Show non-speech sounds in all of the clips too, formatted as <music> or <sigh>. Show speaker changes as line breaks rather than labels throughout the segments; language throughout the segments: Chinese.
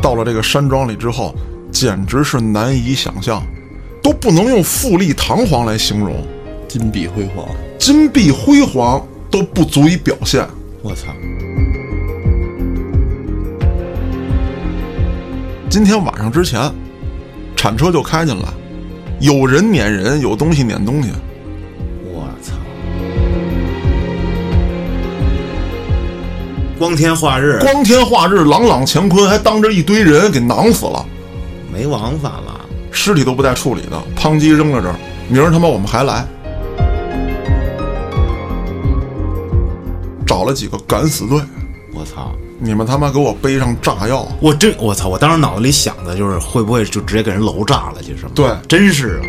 到了这个山庄里之后，简直是难以想象，都不能用富丽堂皇来形容，
金碧辉煌，
金碧辉煌都不足以表现。
我操！
今天晚上之前，铲车就开进来，有人撵人，有东西撵东西。
我操！
光天化日，
光天化日，朗朗乾坤，还当着一堆人给囊死了，
没王法了。
尸体都不带处理的，汤鸡扔了这儿，明儿他妈我们还来。找了几个敢死队，
我操！
你们他妈给我背上炸药！
我真我操！我当时脑子里想的就是会不会就直接给人楼炸了，就是
对
真是啊！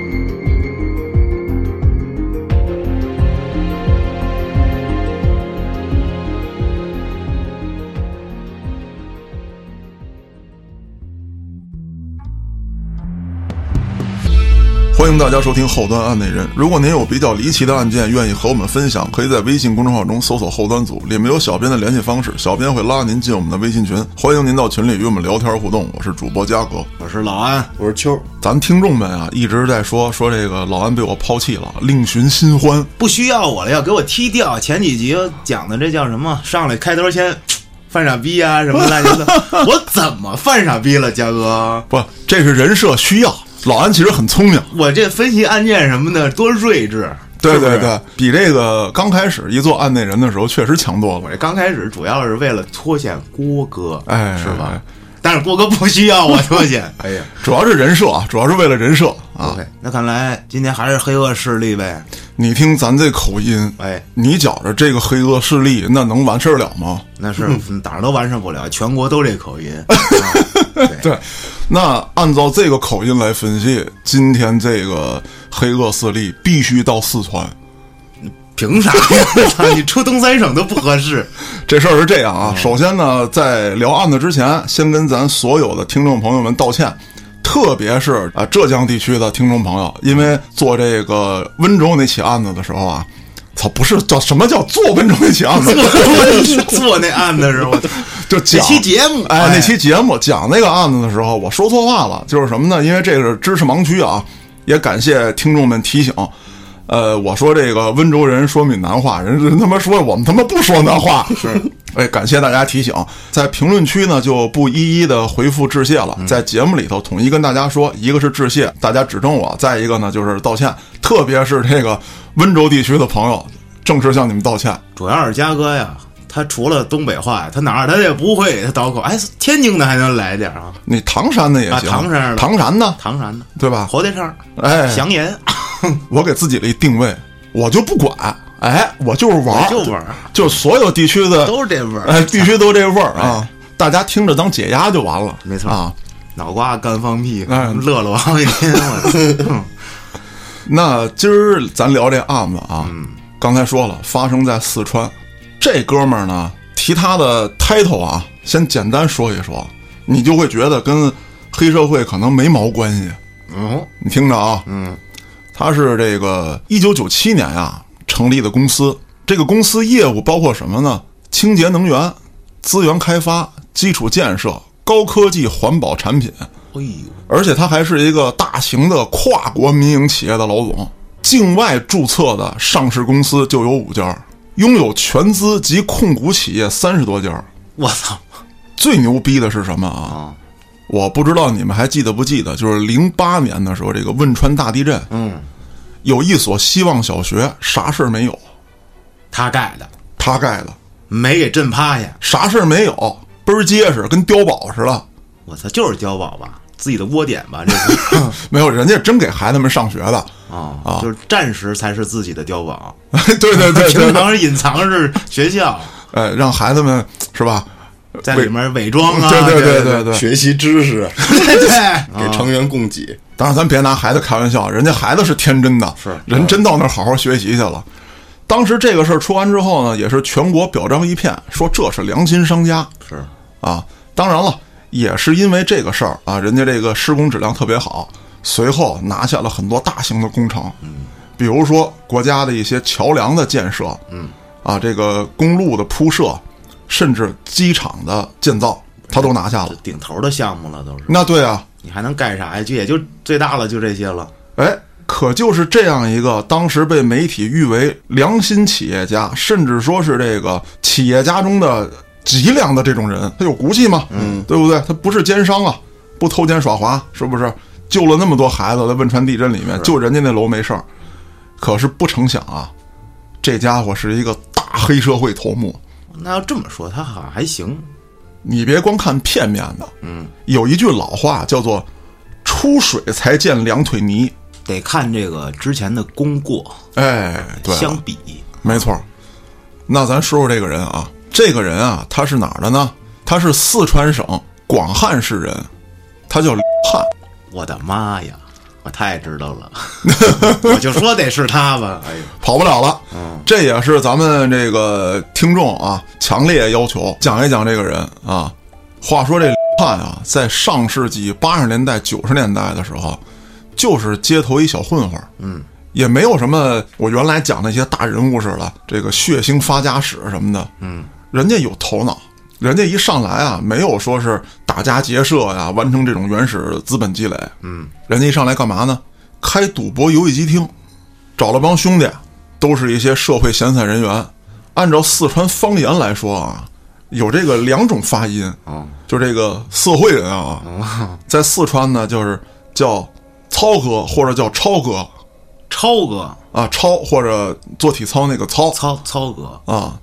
欢迎大家收听《后端案内人》。如果您有比较离奇的案件，愿意和我们分享，可以在微信公众号中搜索“后端组”，里面有小编的联系方式，小编会拉您进我们的微信群。欢迎您到群里与我们聊天互动。我是主播嘉哥，
我是老安，
我是秋，
咱听众们啊一直在说说这个老安被我抛弃了，另寻新欢。
不需要我了，要给我踢掉。前几集讲的这叫什么？上来开头先犯傻逼啊，什么乱七八糟。我怎么犯傻逼了，嘉哥？
不，这是人设需要。老安其实很聪明，
我这分析案件什么的多睿智，
对
是不
对
是
对，比这个刚开始一做案内人的时候确实强多了
我。这刚开始主要是为了脱险郭哥，
哎
是吧？
哎
但是郭哥不需要我脱险。哎呀
主要是人设，啊，主要是为了人设啊！
，OK，那看来今天还是黑恶势力呗。
你听咱这口音，
哎，
你觉着这个黑恶势力那能完事儿了吗？
那是嗯哪儿都完善不了，全国都这口音。啊
对，那按照这个口音来分析，今天这个黑恶势力必须到四川。
<laughs> 凭啥呀？ <laughs> 我操，你出东三省都不合适。
这事儿是这样啊，首先呢，在聊案子之前，先跟咱所有的听众朋友们道歉，特别是啊浙江地区的听众朋友，因为做这个温州那起案子的时候啊，操，不是叫什么叫做温州那起
<laughs>
案子，
做那案子时候，我操
就
这
讲
期节目，
哎，那期节目讲那个案子的时候，我说错话了，就是什么呢？因为这个是知识盲区啊，也感谢听众们提醒。呃，我说这个温州人说闽南话，人人他妈说我们他妈不说那
<laughs>
话，是。哎，感谢大家提醒，在评论区呢就不一一的回复致谢了，
嗯
在节目里头统一跟大家说，一个是致谢，大家指正我；再一个呢就是道歉，特别是这个温州地区的朋友，正式向你们道歉。
主要是嘉哥呀，他除了东北话，他哪儿他也不会，他倒口。哎，天津的还能来点儿啊，
你唐山的也行，
啊唐山的
唐山呢，
唐山的
对吧？
火腿肠，
哎，
祥银，
我给自己了一定位，我就不管，哎，我就是玩儿，
我就玩儿
就所有地区的，
都是这味儿。
哎，必须都这味儿啊！大家听着当解压就完了，
没错
啊。
脑瓜干放屁，
哎
乐了我嗯好几天。我操 <laughs>
那今儿咱聊这案子啊，
嗯
刚才说了，发生在四川。这哥们儿呢，提他的 title 啊，先简单说一说，你就会觉得跟黑社会可能没毛关系。
嗯，
你听着啊，
嗯，
他是这个一九九七年呀成立的公司，这个公司业务包括什么呢？清洁能源、资源开发、基础建设、高科技环保产品，
哎呦，
而且他还是一个大型的跨国民营企业的老总，境外注册的上市公司就有五家，拥有全资及控股企业三十多家。
我操
最牛逼的是什么啊？
啊！
我不知道你们还记得不记得，就是零八年的时候，这个汶川大地震，
嗯，
有一所希望小学，啥事儿没有，
他盖的，
他盖的，
没给震趴下。
啥事儿没有，倍儿结实，跟碉堡似的。 <laughs>
我操，就是碉堡吧，自己的窝点吧，这
<laughs>
是啊、
没有，人家真给孩子们上学的。 <laughs>
就是暂时才是自己的碉堡，
对哦对对对
平
对，
常隐藏是学校，
哎，让孩子们是吧？
在里面伪装啊，
对对
对
对对啊对。
学习知识，
对对，
<laughs>
给成员供给。
当然，咱别拿孩子开玩笑，人家孩子是天真的，
是
人真到那儿好好学习去了。当时这个事儿出完之后呢，也是全国表彰一片，说这是良心商家。
是
啊，当然了，也是因为这个事儿啊，人家这个施工质量特别好，随后拿下了很多大型的工程，比如说国家的一些桥梁的建设，嗯，啊，这个公路的铺设，甚至机场的建造，他都拿下了
这。顶头的项目了，都是
那对啊，
你还能干啥呀？就也就最大了，就这些了。
哎，可就是这样一个当时被媒体誉为良心企业家，甚至说是这个企业家中的脊梁的这种人，他有骨气吗？嗯，对不对？他不是奸商啊，不偷奸耍滑，是不是？救了那么多孩子在汶川地震里面，就人家那楼没事儿。可是不成想啊，这家伙是一个大黑社会头目。
那要这么说，他好像还行，
你别光看片面的，嗯，有一句老话叫做“出水才见两腿泥
得看这个之前的功过”，
哎，对了，
相比。
没错儿。那咱说说这个人啊，这个人啊，他是哪儿的呢？他是四川省广汉市人，他叫刘汉。
我的妈呀！我太知道 <laughs> 了，我就说得是他吧。哎呦，
跑不了了。嗯，这也是咱们这个听众啊强烈要求讲一讲这个人啊。话说这汉啊，在上世纪八十年代、九十年代的时候，就是街头一小混混，嗯，也没有什么我原来讲那些大人物似的这个血腥发家史什么的，嗯，人家有头脑。人家一上来啊，没有说是打家劫舍呀、完成这种原始资本积累。嗯，人家一上来干嘛呢？开赌博游戏机厅，找了帮兄弟，都是一些社会闲散人员。按照四川方言来说啊，有这个两种发音，
哦
就这个社会人啊，在四川呢就是叫操哥或者叫超哥
超哥，
啊，超或者做体操那个操
操操 <laughs> 哥，
啊，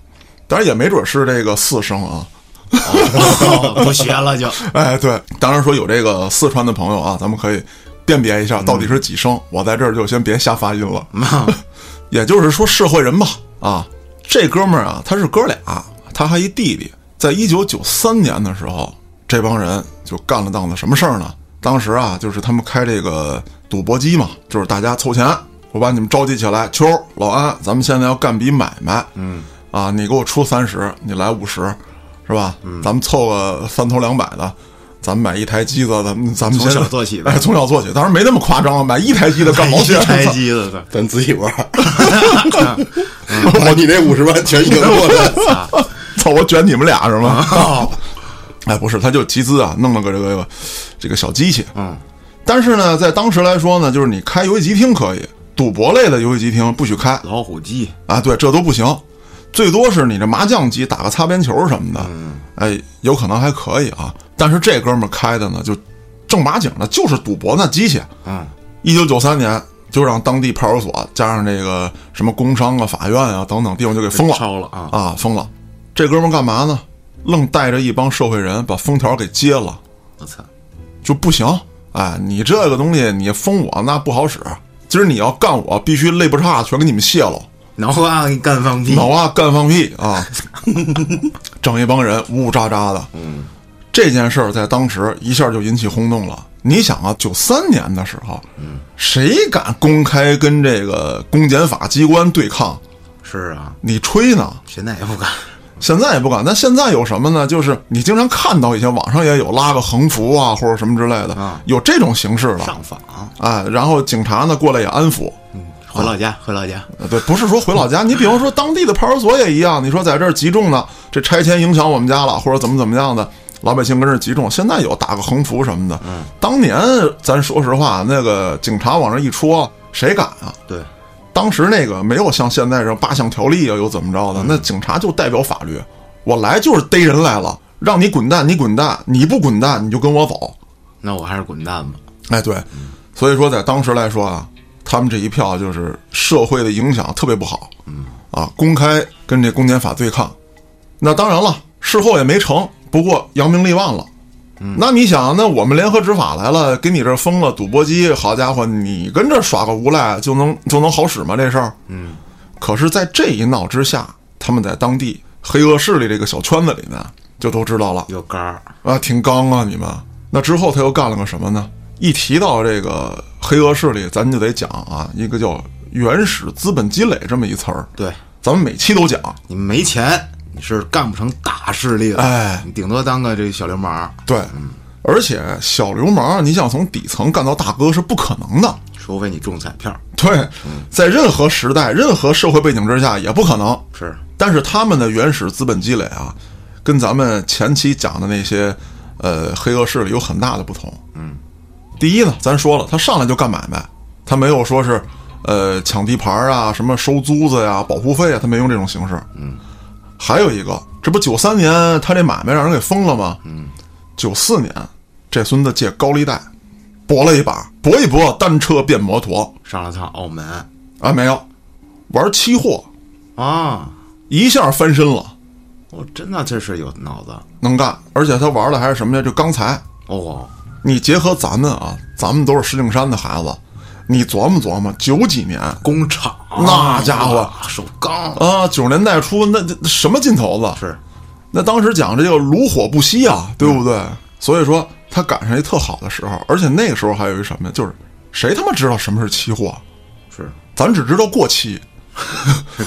当然也没准是这个四声啊。
哦不学了就。
<laughs> 哎，对，当然说有这个四川的朋友啊，咱们可以辨别一下到底是几声。我在这儿就先别瞎发音了。 <laughs> 也就是说，社会人吧，啊，这哥们儿啊，他是哥俩，他还一弟弟。在一九九三年的时候，这帮人就干了档子什么事儿呢？当时啊，就是他们开这个赌博机嘛，就是大家凑钱，我把你们召集起来，秋儿老安，咱们现在要干笔买卖，嗯，啊，你给我出三十，你来五十，是吧？嗯，咱们凑个三头两百的，咱们买一台机子，咱们咱们
从
先
小做起呗
哎，从小做起，当然没那么夸张啊，买一台机子干毛线，
开哎
<laughs>
机的，
咱自己玩儿。把你那五十万全赢过来，
操！我卷你们俩是吗？
啊
<laughs> 哎，不是，他就集资啊，弄了个这个这个小机器。
嗯，
但是呢，在当时来说呢，就是你开游戏机厅可以，赌博类的游戏机厅不许开
老虎机，
啊，对，这都不行，最多是你这麻将机打个擦边球什么的，
嗯
哎，有可能还可以啊。但是这哥们儿开的呢，就正八经的，就是赌博那机器。
嗯，
一九九三年就让当地派出所加上这个什么工商啊、法院啊等等地方就给封了，
超了啊
啊，封了。这哥们儿干嘛呢？愣带着一帮社会人把封条给揭了，
我操，
就不行。哎，你这个东西你封我那不好使，今儿你要干我，必须肋不叉全给你们卸了，
脑瓜给你干放 <laughs> 屁，
脑啊干放屁
<laughs>
啊！整一帮人呜呜喳喳的。嗯，这件事儿在当时一下就引起轰动了。你想啊，九三年的时候，
嗯
谁敢公开跟这个公检法机关对抗？
是啊，
你吹呢？
现在也不敢，
现在也不敢。但现在有什么呢？就是你经常看到一些网上也有拉个横幅啊，或者什么之类的，
啊
有这种形式了。
上访，
哎，然后警察呢过来也安抚。
回老家，回老家，
呃对，不是说回老家，你比方说当地的派出所也一样。你说在这儿集中呢，这拆迁影响我们家了，或者怎么怎么样的，老百姓跟这儿集中。现在有打个横幅什么的。嗯，当年咱说实话，那个警察往这一戳，谁敢啊？
对，
当时那个没有像现在这八项条例啊，又怎么着的？那警察就代表法律，我来就是逮人来了，让你滚蛋，你滚蛋，你不滚蛋你就跟我走。
那我还是滚蛋吧。
哎，对，所以说在当时来说啊，他们这一票就是社会的影响特别不好，啊，公开跟这公检法对抗。那当然了，事后也没成，不过扬名立万了。那你想，那我们联合执法来了，给你这儿封了赌博机，好家伙，你跟这儿耍个无赖就能就能好使吗？这事儿，嗯。可是，在这一闹之下，他们在当地黑恶势力这个小圈子里面就都知道了，
有杆儿，
啊，挺刚啊你们。那之后他又干了个什么呢？一提到这个黑恶势力，咱就得讲啊，一个叫原始资本积累这么一词儿，
对
咱们每期都讲。
你没钱，你是干不成大势力的，
哎
你顶多当个这小流氓，
对，而且小流氓，啊你想从底层干到大哥是不可能的。
除非你中彩票，
对，在任何时代、任何社会背景之下也不可能。
是
但是他们的原始资本积累啊，跟咱们前期讲的那些呃黑恶势力有很大的不同。嗯，第一呢，咱说了，他上来就干买卖，他没有说是呃抢地盘啊、什么收租子呀、保护费啊，他没用这种形式。嗯，还有一个，这不九三年他这买卖让人给封了吗？嗯，九四年这孙子借高利贷，搏了一把，搏一搏，单车变摩托
上了趟澳门
啊，没有玩期货，
啊，
一下翻身了，
我哦真的这是有脑子
能干，而且他玩的还是什么呀？就钢材。
哦，
你结合咱们啊，咱们都是石景山的孩子，你琢磨琢磨，九几年
工厂
那家伙
啊手钢
啊，九十年代初那那什么劲头子？
是
那当时讲这个炉火不息啊，对不对？所以说他赶上一特好的时候，而且那个时候还有一什么呀？就是谁他妈知道什么是期货？
是，
咱只知道过期。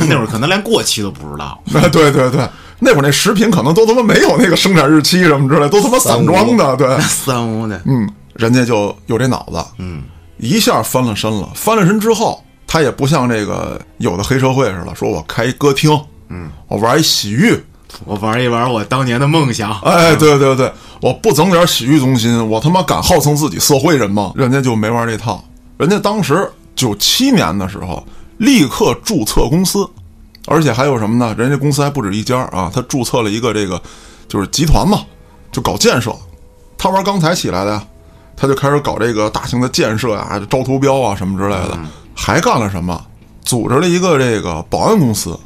那会儿可能连过期都不知道，
啊， <laughs> 对对对，那会儿那食品可能都他妈没有那个生产日期什么之类，都他妈散装的。对，
三无的
嗯，人家就有这脑子，嗯，一下翻了身了。翻了身之后，他也不像这个有的黑社会似的，说我开一歌厅，嗯，我玩一洗浴，
我玩一玩我当年的梦想，
哎，对对对，我不整点洗浴中心，我他妈敢号称自己社会人吗？人家就没玩这套，人家当时九七年的时候立刻注册公司，而且还有什么呢？人家公司还不止一家啊，他注册了一个这个就是集团嘛，就搞建设，他玩钢材起来的呀，他就开始搞这个大型的建设啊，招投标啊什么之类的，还干了什么？组织了一个这个保安公司。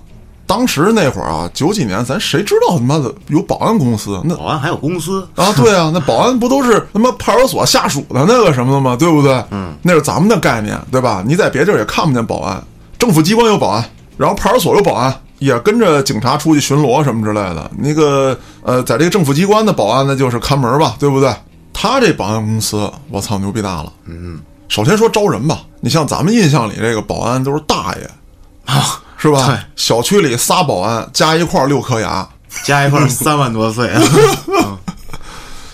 当时那会儿啊，九几年，咱谁知道他妈的有保安公司？那
保安还有公司，
<laughs> 啊，对啊，那保安不都是他妈派出所下属的那个什么的吗？对不对？嗯，那是咱们的概念，对吧？你在别地儿也看不见保安，政府机关有保安，然后派出所有保安，也跟着警察出去巡逻什么之类的。那个呃，在这个政府机关的保安那就是看门吧，对不对？他这保安公司，我操，牛逼大了。嗯，首先说招人吧，你像咱们印象里这个保安都是大爷，
啊，
是吧？
对
小区里仨保安加一块儿六颗牙，
加一块三万多岁， <laughs>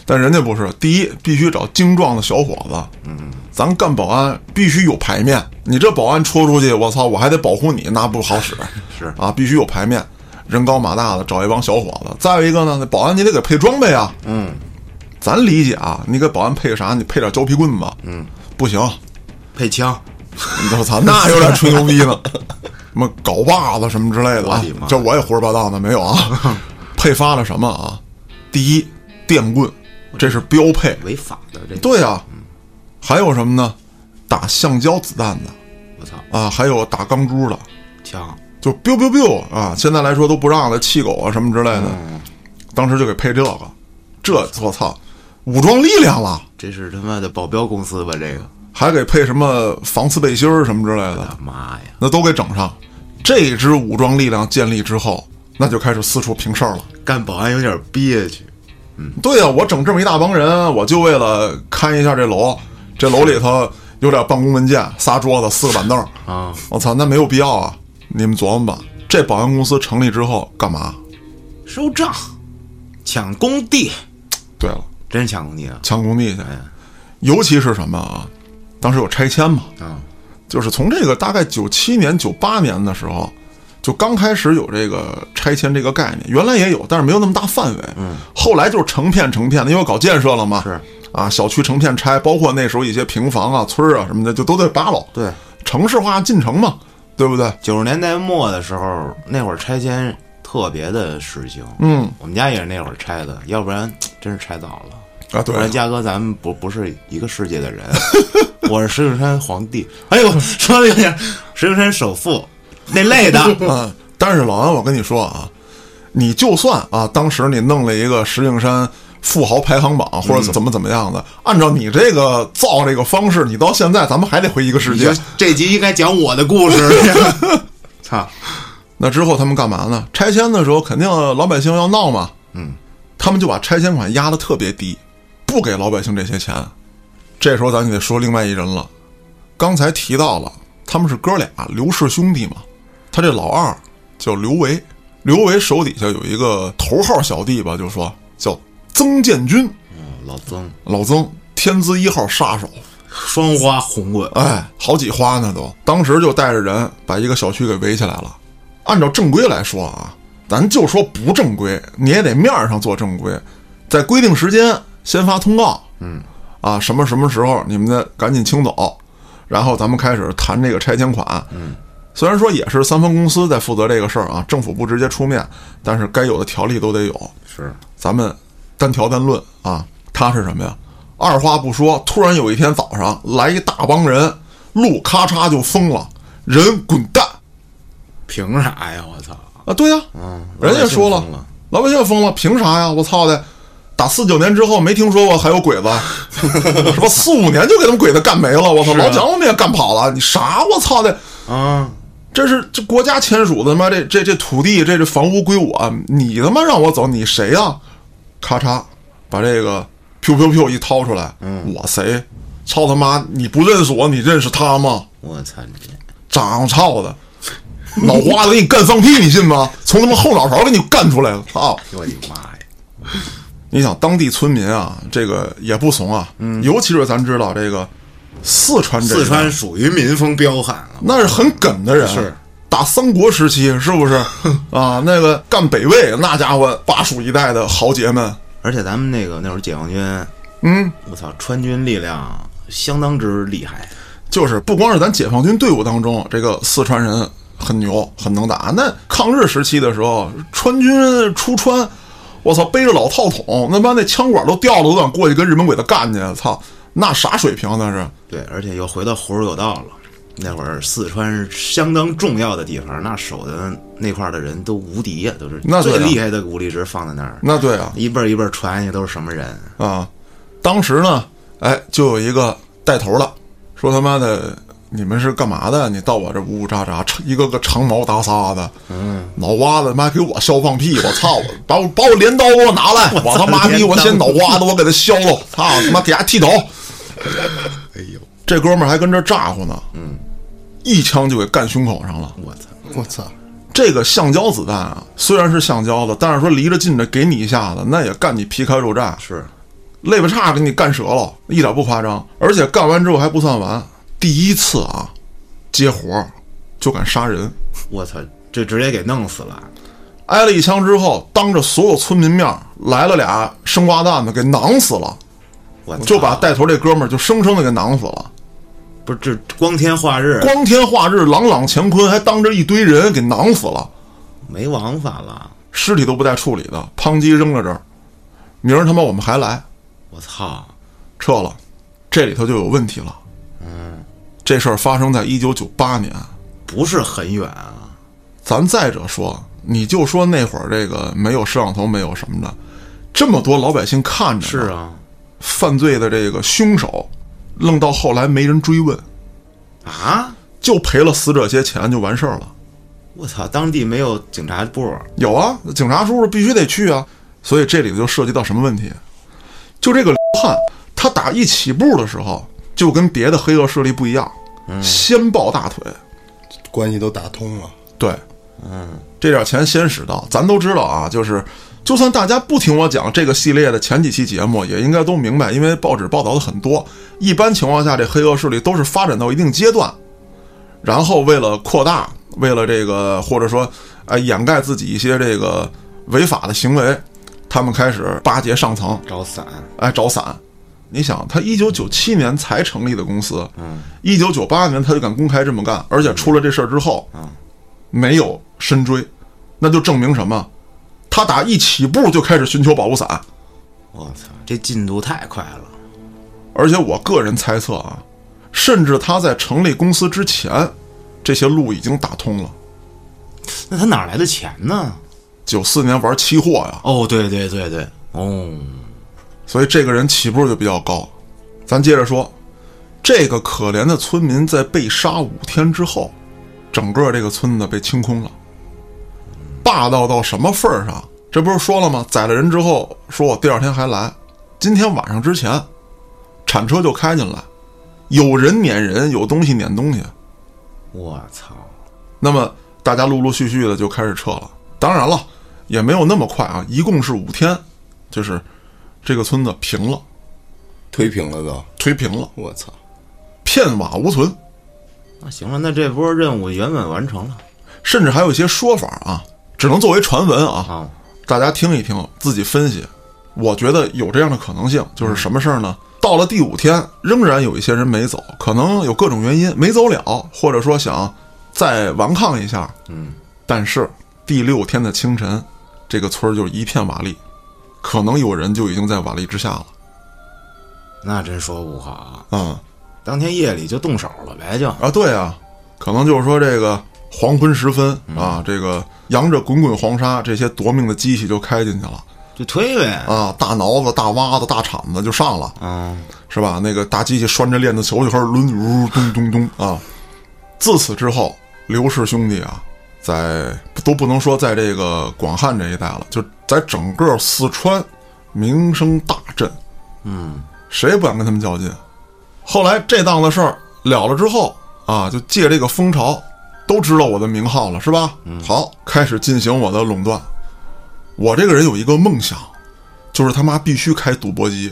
但人家不是，第一必须找精壮的小伙子，嗯，咱干保安必须有排面，你这保安戳出去，我操，我还得保护你，那不好使，
是
啊，必须有排面，人高马大的找一帮小伙子，再有一个呢，那保安你得给配装备啊，嗯，咱理解啊，你给保安配啥？你配点胶皮棍子，嗯，不 <laughs> 行，
配枪，
我操，那有点吹牛逼呢，什么镐把子什么之类的
我
啊
的妈，
这我也胡说八道呢，没有 <laughs> 啊，配发了什么啊？第一，电棍，这是标配，
违法的这，
对啊，还有什么呢？打橡胶子弹的
我操，
啊，还有打钢珠的，
枪
就 biu biu biu 啊！现在来说都不让了，气狗啊什么之类的，当时就给配这个，这我操，武装力量了，
这是他妈的保镖公司吧？这个，
还给配什么防刺背心儿什么之类的，
妈呀，
那都给整上。这支武装力量建立之后，那就开始四处平事儿了。
干保安有点憋屈，
对呀、我整这么一大帮人，我就为了看一下这楼，这楼里头有点办公文件，仨桌子，四个板凳儿
啊！
我操，那没有必要啊！你们琢磨吧，这保安公司成立之后干嘛？
收账，抢工地，
对了，
真是抢工地啊！
抢工地去
哎，
尤其是什么啊？当时有拆迁嘛，
啊，
就是从这个大概九七年、九八年的时候，就刚开始有这个拆迁这个概念，原来也有，但是没有那么大范围。嗯，后来就是成片成片的，因为搞建设了嘛，
是
啊，小区成片拆，包括那时候一些平房啊、村儿啊什么的，就都得扒了。
对，
城市化进程嘛，对不对？
九十年代末的时候，那会儿拆迁特别的实行。
嗯，
我们家也是那会儿拆的，要不然真是拆早了。
啊，对
我说嘉哥，咱们不不是一个世界的 <laughs> 人，我是石景山皇帝。哎呦，说的有点石景山首富那类 <laughs> 的。
<laughs> 嗯，但是老安，我跟你说啊，你就算啊，当时你弄了一个石景山富豪排行榜，或
嗯
者怎么怎么样的，按照你这个造这个方式，你到现在咱们还得回一个世
你就
界。
这集应该讲我的故 <laughs> 事。操，
那之后他们干嘛呢？拆迁的时候，肯定老百姓要闹嘛。嗯，他们就把拆迁款压得特别低，不给老百姓这些钱。这时候咱就得说另外一人了。刚才提到了，他们是哥俩，刘氏兄弟嘛。他这老二叫刘维，刘维手底下有一个头号小弟吧，就说叫曾建军，
嗯老曾
老曾，天资一号杀手。
双花红棍，
哎，好几花呢都。当时就带着人把一个小区给围起来了。按照正规来说啊，咱就说不正规，你也得面儿上做正规，在规定时间先发通告，嗯，啊，什么什么时候你们的赶紧清走，然后咱们开始谈这个拆迁款，嗯，虽然说也是三方公司在负责这个事儿啊，政府不直接出面，但是该有的条例都得有，
是
咱们单条单论啊，他是什么呀？二话不说，突然有一天早上来一大帮人，路咔嚓就封了，人滚蛋
凭啥呀？我操！
啊！对呀、
嗯，
人家说
老
了
百姓疯了，
老百姓疯了，凭啥呀？我操的！打四九年之后没听说过还有鬼子，什么四五年就给他们鬼子干没了，我操！
是啊
老蒋我们也干跑了，你啥？我操的！
啊，
这是这国家签署的他妈这这这土地这这房屋归我，啊你他妈让我走，你谁呀、咔嚓，把这个 “piu piu piu” 一掏出来，
嗯
我谁？操他妈！你不认识我，你认识他吗？
我操你！哎
长操的，脑瓜子给你干放屁，你信吗？从他妈后脑勺给你干出来了！操！
我的妈呀！
你想当地村民啊，这个也不怂啊，尤其是咱知道这个 <laughs> 四川这一带
嗯四川属于民风彪悍了，
那是很梗的人，
是
打三国时期是不是啊？那个干北魏那家伙，巴蜀一带的豪杰们，
而且咱们那个那会儿解放军，
嗯，
我操，川军力量相当之厉害。
就是不光是咱解放军队伍当中，这个四川人很牛，很能打。那抗日时期的时候，川军出川，我操，背着老套筒，那妈那枪管都掉了，都敢过去跟日本鬼子干去，操，那啥水平那是？
对，而且又回到葫芦有道了。那会儿四川是相当重要的地方，那守的那块儿的人都无敌呀、都是
那对啊
最厉害的武力值放在那儿，
那对啊，
一辈儿一辈儿传下去都是什么人？
啊，当时呢，哎，就有一个带头的说他妈的，你们是干嘛的？你到我这呜呜喳喳，一个个长毛大撒的，嗯，脑瓜子妈给我削放 <laughs> 屁！我操，把我把我镰刀给我拿来！我他妈逼，我先脑瓜子我给他削了！ <laughs> 操他妈给他剃头！
哎呦，
这哥们儿还跟这咋呼呢，嗯，一枪就给干胸口上了。
我操！
我操，
这个橡胶子弹啊，虽然是橡胶的，但是说离着近着给你一下子，那也干你皮开肉绽。
是
肋巴叉给你干折了，一点不夸张。而且干完之后还不算完，第一次啊，接活儿就敢杀人，
我操，这直接给弄死了。
挨了一枪之后，当着所有村民面儿来了俩生瓜蛋子，给囊死了，
我操
就把带头这哥们儿就生生的给囊死了，
不是这光天化日
光天化日，朗朗乾坤，还当着一堆人给囊死了，
没王法了。
尸体都不带处理的，砰叽扔了这儿，明儿他妈我们还来，
我操！
撤了，这里头就有问题了。嗯，这事儿发生在一九九八年。
不是很远啊，
咱再者说，你就说那会儿这个没有摄像头，没有什么的，这么多老百姓看着，
是啊
犯罪的这个凶手，愣到后来没人追问，
啊！
就赔了死者些钱就完事儿了。
我操，当地没有警察部儿，
有啊，警察叔叔必须得去啊。所以这里就涉及到什么问题？就这个刘汉，他打一起步的时候，就跟别的黑恶势力不一样，先抱大腿，
关系都打通了，
对，嗯，这点钱先使到，咱都知道啊，就是。就算大家不听我讲这个系列的前几期节目，也应该都明白，因为报纸报道的很多。一般情况下，这黑恶势力都是发展到一定阶段，然后为了扩大，为了这个或者说呃掩盖自己一些这个违法的行为，他们开始巴结上层，
找伞，
哎找伞。你想，他一九九七年才成立的公司，嗯，一九九八年他就敢公开这么干，而且出了这事儿之后，嗯，没有深追，那就证明什么？他打一起步就开始寻求保护伞，
我操，这进度太快了。
而且我个人猜测啊，甚至他在成立公司之前，这些路已经打通了。
那他哪来的钱呢？
九四年玩期货呀，
哦，对对对对，哦，
所以这个人起步就比较高。咱接着说，这个可怜的村民在被杀五天之后，整个这个村子被清空了，霸道到什么份儿上？这不是说了吗？宰了人之后，说我第二天还来，今天晚上之前，铲车就开进来，有人撵人，有东西撵东西。
我操，
那么大家陆陆续续的就开始撤了。当然了，也没有那么快啊，一共是五天，就是这个村子平了，
推平了都，
推平了。
我操，
片瓦无存，
那行了，那这波任务圆满完成了。
甚至还有一些说法啊，只能作为传闻啊，
啊，
大家听一听，自己分析。我觉得有这样的可能性，就是什么事儿呢？到了第五天，仍然有一些人没走，可能有各种原因没走了，或者说想再顽抗一下。
嗯，
但是第六天的清晨，这个村儿就一片瓦砾，可能有人就已经在瓦砾之下了。
那真说不好啊。
嗯
当天夜里就动手了呗，就
啊，对啊，可能就是说这个黄昏时分啊，这个扬着滚滚黄沙，这些夺命的机器就开进去了
就推呗。
啊，大挠子、大挖子、大铲子就上了。
嗯，
是吧？那个大机器拴着链子球就开始抡，呜咚咚咚啊！自此之后，刘氏兄弟啊，在都不能说在这个广汉这一带了，就在整个四川名声大振。
嗯，
谁也不敢跟他们较劲。后来这档子事儿了了之后啊，就借这个风潮，都知道我的名号了，是吧？好，开始进行我的垄断。我这个人有一个梦想，就是他妈必须开赌博机。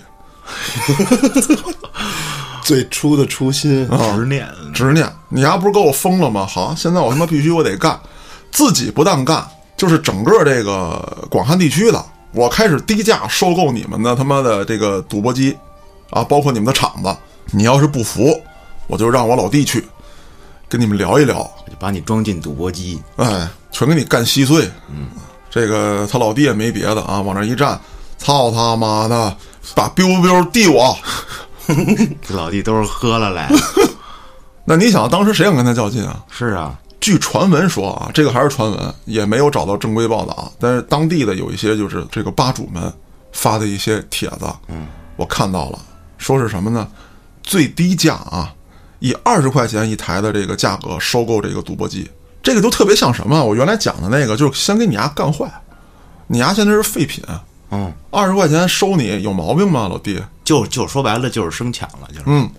最初的初心，
哦
执念。
执念，你丫不是给我封了吗？好，现在我他妈必须我得干，自己不但干，就是整个这个广汉地区的，我开始低价收购你们的他妈的这个赌博机，啊，包括你们的厂子，你要是不服，我就让我老弟去跟你们聊一聊，
就把你装进赌博机，
哎，全给你干稀碎。嗯，这个他老弟也没别的啊，往那一站，操他妈的，把 biu biu 递我， <laughs>
这老弟都是喝了来的。
那你想当时谁敢跟他较劲啊？
是啊，
据传闻说啊，这个还是传闻，也没有找到正规报道。但是当地的有一些就是这个吧主们发的一些帖子，嗯，我看到了，说是什么呢？最低价啊，以二十块钱一台的这个价格收购这个赌博机，这个就特别像什么啊？我原来讲的那个，就是先给你丫干坏，你丫现在是废品，
嗯，
二十块钱收你有毛病吗，老弟？
就就说白了就是生抢了，就是。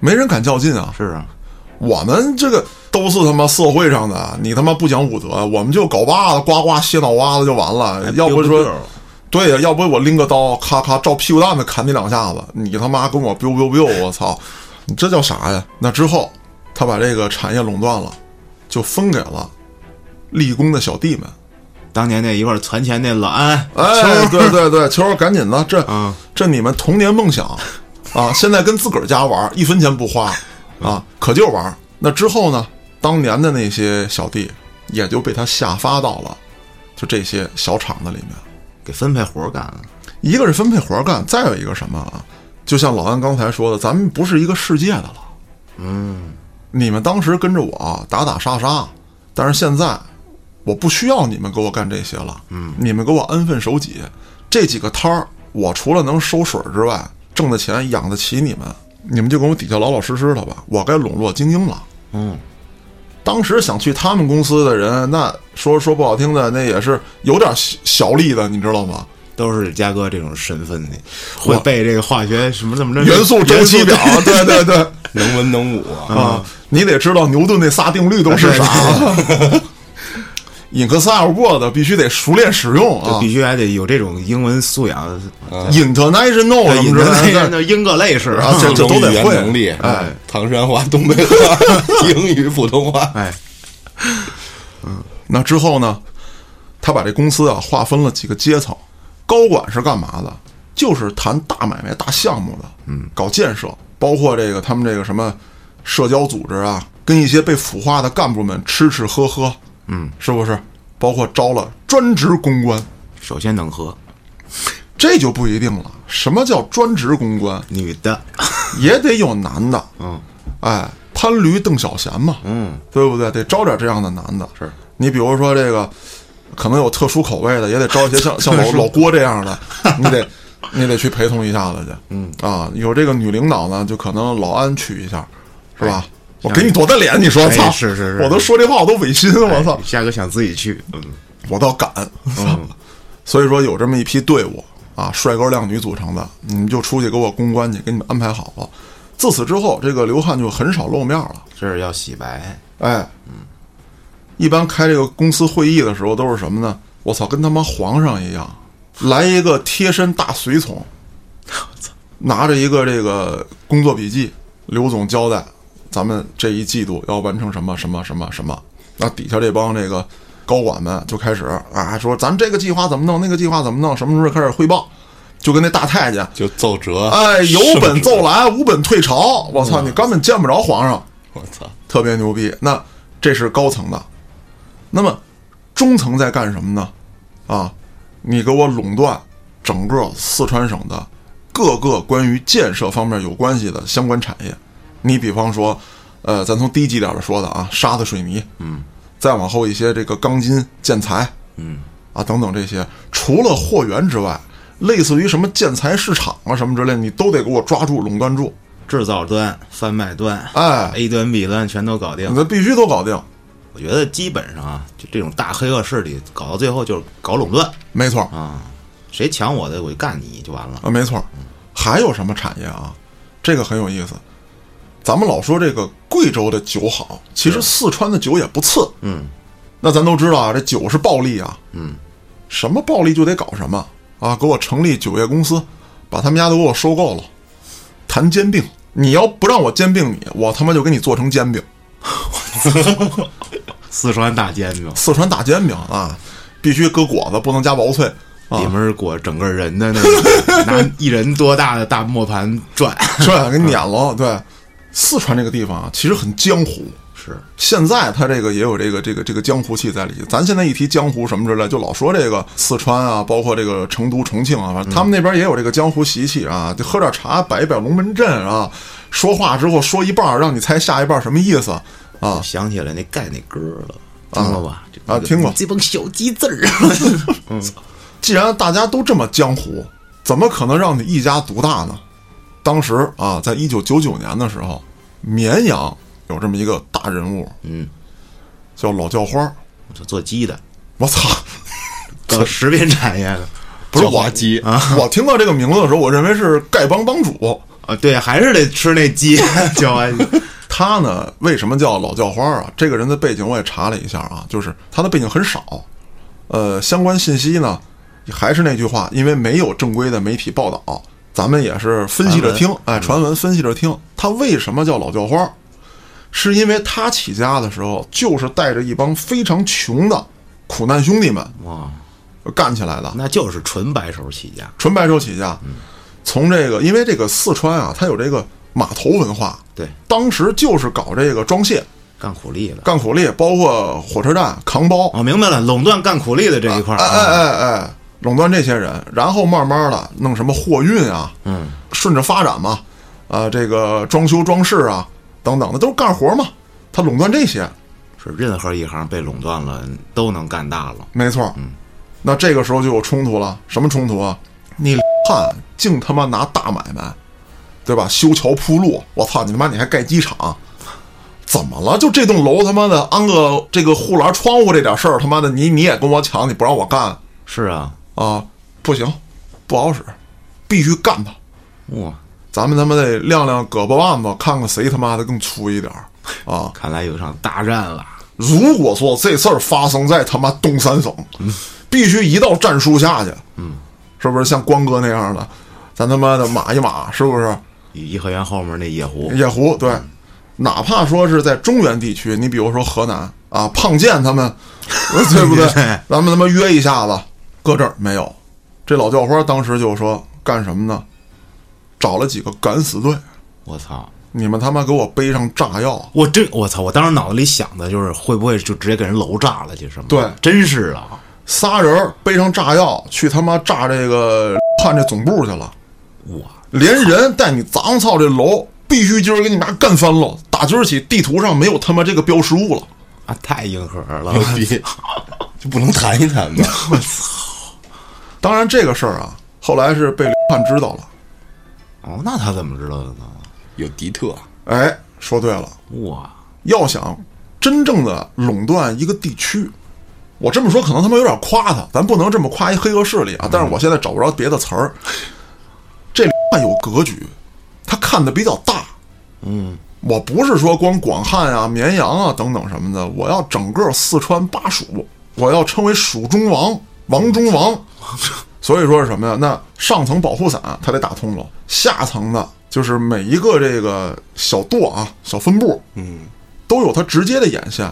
没人敢较劲啊！
是啊，
我们这个都是他妈社会上的，你他妈不讲武德，我们就搞把子，呱呱歇脑瓜子就完了。要不说，对呀，要不我拎个刀，咔咔照屁股蛋子砍你两下子，你他妈跟我 biu biu biu，我操，你这叫啥呀？那之后，他把这个产业垄断了，就分给了立功的小弟们。
当年那一块儿攒钱那老安，
哎，对对对，球儿赶紧的，这、
嗯
这你们童年梦想啊，现在跟自个儿家玩儿，一分钱不花啊，可劲儿玩儿。那之后呢，当年的那些小弟也就被他下发到了就这些小厂子里面，
给分配活儿干了。
一个是分配活儿干，再有一个什么啊，就像老安刚才说的，咱们不是一个世界的了。嗯，你们当时跟着我打打杀杀，但是现在我不需要你们给我干这些了。嗯，你们给我安分守己，这几个摊儿，我除了能收水儿之外，挣的钱养得起你们，你们就给我底下老老实实的吧。我该笼络精英了。
嗯，
当时想去他们公司的人，那说说不好听的，那也是有点小小利的，你知道吗？
都是嘉哥这种身份的，会背这个化学什么怎么着
<laughs> 元素周期表，对对对 <laughs>
能文能武啊，
啊，你得知道牛顿那仨定律都是啥。 <laughs> 引克塞尔 Word 必须得熟练使用
就
啊
必须还得有这种英文素养，
，International 什
引
么
着
之类
那
的，
个 <laughs> 英格类式
啊这这都得
语言
会
能力，
哎，
唐山话、东北话、英语、普通话，
哎，
那之后呢，他把这公司啊划分了几个阶层，高管是干嘛的？就是谈大买卖、大项目的，嗯，搞建设，包括这个他们这个什么社交组织啊，跟一些被腐化的干部们吃吃喝喝，嗯，是不是？包括招了专职公关，
首先能喝
这就不一定了。什么叫专职公关？
女的，
也得有男的，
嗯，
哎，潘驴邓小闲嘛，
嗯，
对不对？得招点这样的男的。
是
你比如说这个，可能有特殊口味的，也得招一些
<laughs>
像像老老郭这样的，你得你得去陪同一下子去。嗯啊，有这个女领导呢，就可能老安去一下，是吧？我给你多大脸？你说
哎
操，
是是是
我都说这话我都违心，我操，
哎嘉哥想自己去，嗯，
我倒敢。所以说有这么一批队伍啊，帅哥靓女组成的，你们就出去给我公关去，给你们安排好了。自此之后，这个刘汉就很少露面了。
这是要洗白，
哎，一般开这个公司会议的时候都是什么呢？我操，跟他妈皇上一样，来一个贴身大随从，拿着一个这个工作笔记，刘总交代咱们这一季度要完成什么什么什么什么，那底下这帮这个高管们就开始啊说咱这个计划怎么弄，那个计划怎么弄，什么时候开始汇报，就跟那大太监，
就奏折，
哎，有本奏
圣旨，
来，无本退朝。我操，你根本见不着皇上，
我操，
特别牛逼。那这是高层的，那么中层在干什么呢？啊，你给我垄断整个四川省的各个关于建设方面有关系的相关产业。你比方说，呃，咱从低级点儿的说的啊，沙子、水泥，嗯，再往后一些这个钢筋、建材，
嗯，
啊等等这些，除了货源之外，类似于什么建材市场啊什么之类，你都得给我抓住、垄断住。
制造端、贩卖端
哎，
，A 端 B 端全都搞定
你。这必须都搞定。
我觉得基本上啊，就这种大黑恶势力搞到最后就是搞垄断
没错儿
啊，谁抢我的我就干你就完了。
啊，没错儿。还有什么产业啊？这个很有意思。咱们老说这个贵州的酒好，其实四川的酒也不次。
嗯，
那咱都知道啊，这酒是暴利啊。嗯，什么暴利就得搞什么啊！给我成立酒业公司，把他们家都给我收购了，谈兼并。你要不让我兼并你，我他妈就给你做成煎饼。
四川大煎饼，
四川大煎饼啊，必须搁果子，不能加薄脆 <laughs> 啊
里。面是裹整个人的那个，拿一人多大的大磨盘转。
这给撵了。对，四川这个地方啊，其实很江湖。
<laughs> 是，
现在它这个也有这个这个这个江湖气在里。咱现在一提江湖什么之类，就老说这个四川啊，包括这个成都、重庆啊，反正他们那边也有这个江湖习气啊，就喝点茶，摆一摆龙门阵啊，说话之后说一半儿，让你猜下一半儿什么意思啊？
想起来那盖那歌了，听过吧？这
啊听过
这帮小鸡子儿， <laughs>
既然大家都这么江湖，怎么可能让你一家独大呢？当时啊，在一九九九年的时候，绵阳有这么一个大人物，
嗯，
叫老叫花儿。
就做鸡的，
我操！
搞食品产业的。
不是
叫
我
花鸡
啊！ <laughs> 我听到这个名字的时候，我认为是丐帮帮主。
啊，对，还是得吃那鸡， <laughs> 叫完
他呢，为什么叫老叫花啊？这个人的背景我也查了一下啊，就是他的背景很少，呃，相关信息呢，还是那句话，因为没有正规的媒体报道，咱们也是分析着听，哎，传闻分析着听。他为什么叫老叫花？是因为他起家的时候，就是带着一帮非常穷的苦难兄弟们
哇，
干起来的。
那就是纯白手起家。
纯白手起家，
嗯
从这个，因为这个四川啊，它有这个码头文化，
对，
当时就是搞这个装卸、
干苦力的。
干苦力，包括火车站扛包，
哦，明白了，垄断干苦力的这一块儿
哎哎
啊，
哎哎，垄断这些人，然后慢慢的弄什么货运啊，
嗯，
顺着发展嘛，啊，这个装修装饰啊等等的都是干活嘛，他垄断这些，
是任何一行被垄断了都能干大了。
没错，嗯，那这个时候就有冲突了，什么冲突啊？你汉净他妈拿大买卖，对吧？修桥铺路，我操你他妈你还盖机场，怎么了？就这栋楼他妈的安个这个护栏窗户这点事儿，他妈的你你也跟我抢，你不让我干
是啊，
啊？不行，不好使，必须干他！
哇，
咱们他妈得晾晾胳膊腕子，看看谁他妈的更粗一点儿啊！
看来有一场大战了。
如果说这事儿发生在他妈东三省，必须一道战书下去，嗯，是不是像关哥那样的，咱他妈的码一码，是不是？
颐和园后面那野狐，
野狐对，哪怕说是在中原地区，你比如说河南啊，胖健他们，对不对？咱们他妈约一下子，搁这儿没有。这老叫花当时就说干什么呢？找了几个敢死队，
我操！
你们他妈给我背上炸药，
我这我操！我当时脑子里想的就是会不会就直接给人楼炸了去什么？
对
真是啊！
仨人儿背上炸药去他妈炸这个看这总部去了，
哇，
连人带你脏操这楼，必须今儿给你妈干翻了。打今儿起，地图上没有他妈这个标识物了。
啊，太硬核了！
牛
<laughs>
逼，就不能谈一谈吗？
当然这个事儿啊，后来是被判知道了。
哦，那他怎么知道的呢？
有敌特，
哎，说对了，
哇，
要想真正的垄断一个地区，我这么说可能他妈有点夸他，咱不能这么夸一黑恶势力啊。但是我现在找不着别的词儿，这 <laughs> 有格局，他看的比较大。嗯，我不是说光广汉啊、绵阳啊等等什么的，我要整个四川巴蜀，我要称为蜀中王、王中王。所以说是什么呀？那上层保护伞它得打通了，下层的就是每一个这个小舵啊、小分部，都有它直接的眼线。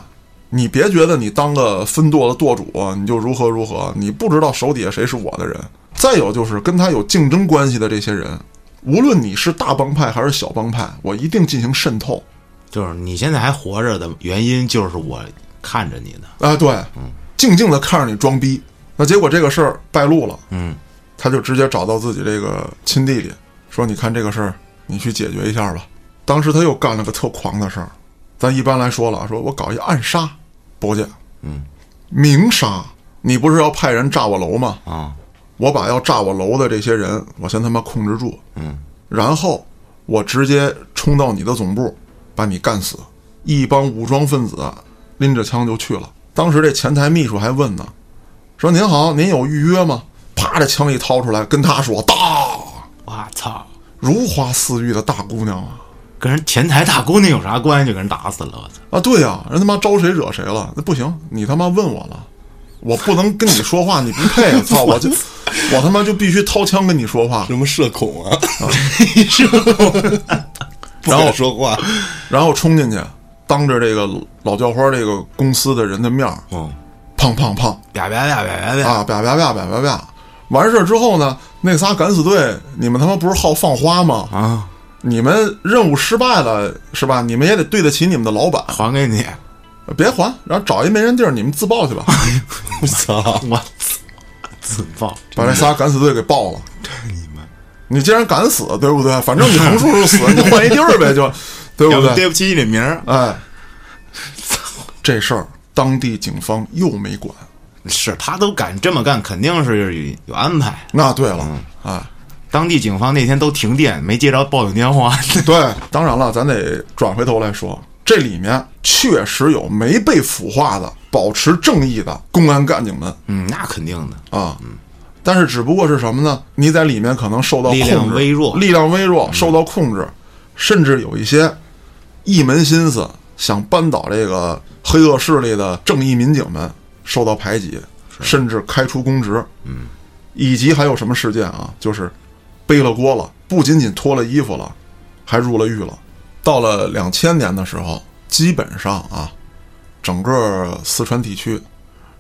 你别觉得你当个分舵的舵主，你就如何如何，你不知道手底下谁是我的人，再有就是跟他有竞争关系的这些人，无论你是大帮派还是小帮派，我一定进行渗透
就是你现在还活着的原因，就是我看着你呢。
啊、对，
嗯
静静的看着你装逼。那结果这个事儿败露了，
嗯，
他就直接找到自己这个亲弟弟，说：“你看这个事儿，你去解决一下吧。”当时他又干了个特狂的事儿，咱一般来说了，说我搞一暗杀，不介，嗯，明杀，你不是要派人炸我楼吗？
啊，
我把要炸我楼的这些人，我先他妈控制住，
嗯，
然后我直接冲到你的总部，把你干死。一帮武装分子拎着枪就去了。当时这前台秘书还问呢，说：“您好，您有预约吗？”啪，这枪一掏出来，跟他说：“当！
我操，
如花似玉的大姑娘啊，
跟人前台大姑娘有啥关系？就给人打死了，我操！
啊，对呀、人他妈招谁惹谁了？那不行，你他妈问我了，我不能跟你说话，你不配啊！操，我就我他妈就必须掏枪跟你说话。”
什么社恐啊， <laughs> 不
然后
敢说话，
然后冲进去，当着这个老叫花这个公司的人的面儿，
嗯，
砰砰砰
啪啪啪啪啪啪，
啊，啪啪啪啪啪啪。完事儿之后呢，那仨敢死队，你们他妈不是好放花吗？
啊，
你们任务失败了是吧？你们也得对得起你们的老板，
还给你！
别还，然后找一没人地儿，你们自
<laughs>
爆去吧，
我操！
我操，自爆！
把这仨敢死队给爆了。
你们
你既然敢死，对不对？反正你横竖是死，你就换一地儿呗，就，对
要
不对？
不对不起你这名儿，
哎，这事儿当地警方又没管。
是他都敢这么干，肯定是有有安排。
那对了，
嗯
哎，
当地警方那天都停电，没接着报警
<laughs>
电话。
对，当然了，咱得转回头来说，这里面确实有没被腐化的、保持正义的公安干警们
嗯，那肯定的。
啊。但是只不过是什么呢？你在里面可能受到控制，
力量微弱嗯
力量微弱，受到控制，甚至有一些一门心思想扳倒这个黑恶势力的正义民警们受到排挤，甚至开除公职。嗯，以及还有什么事件啊？就是背了锅了，不仅仅脱了衣服了，还入了狱了。到了两千年的时候，基本上啊，整个四川地区，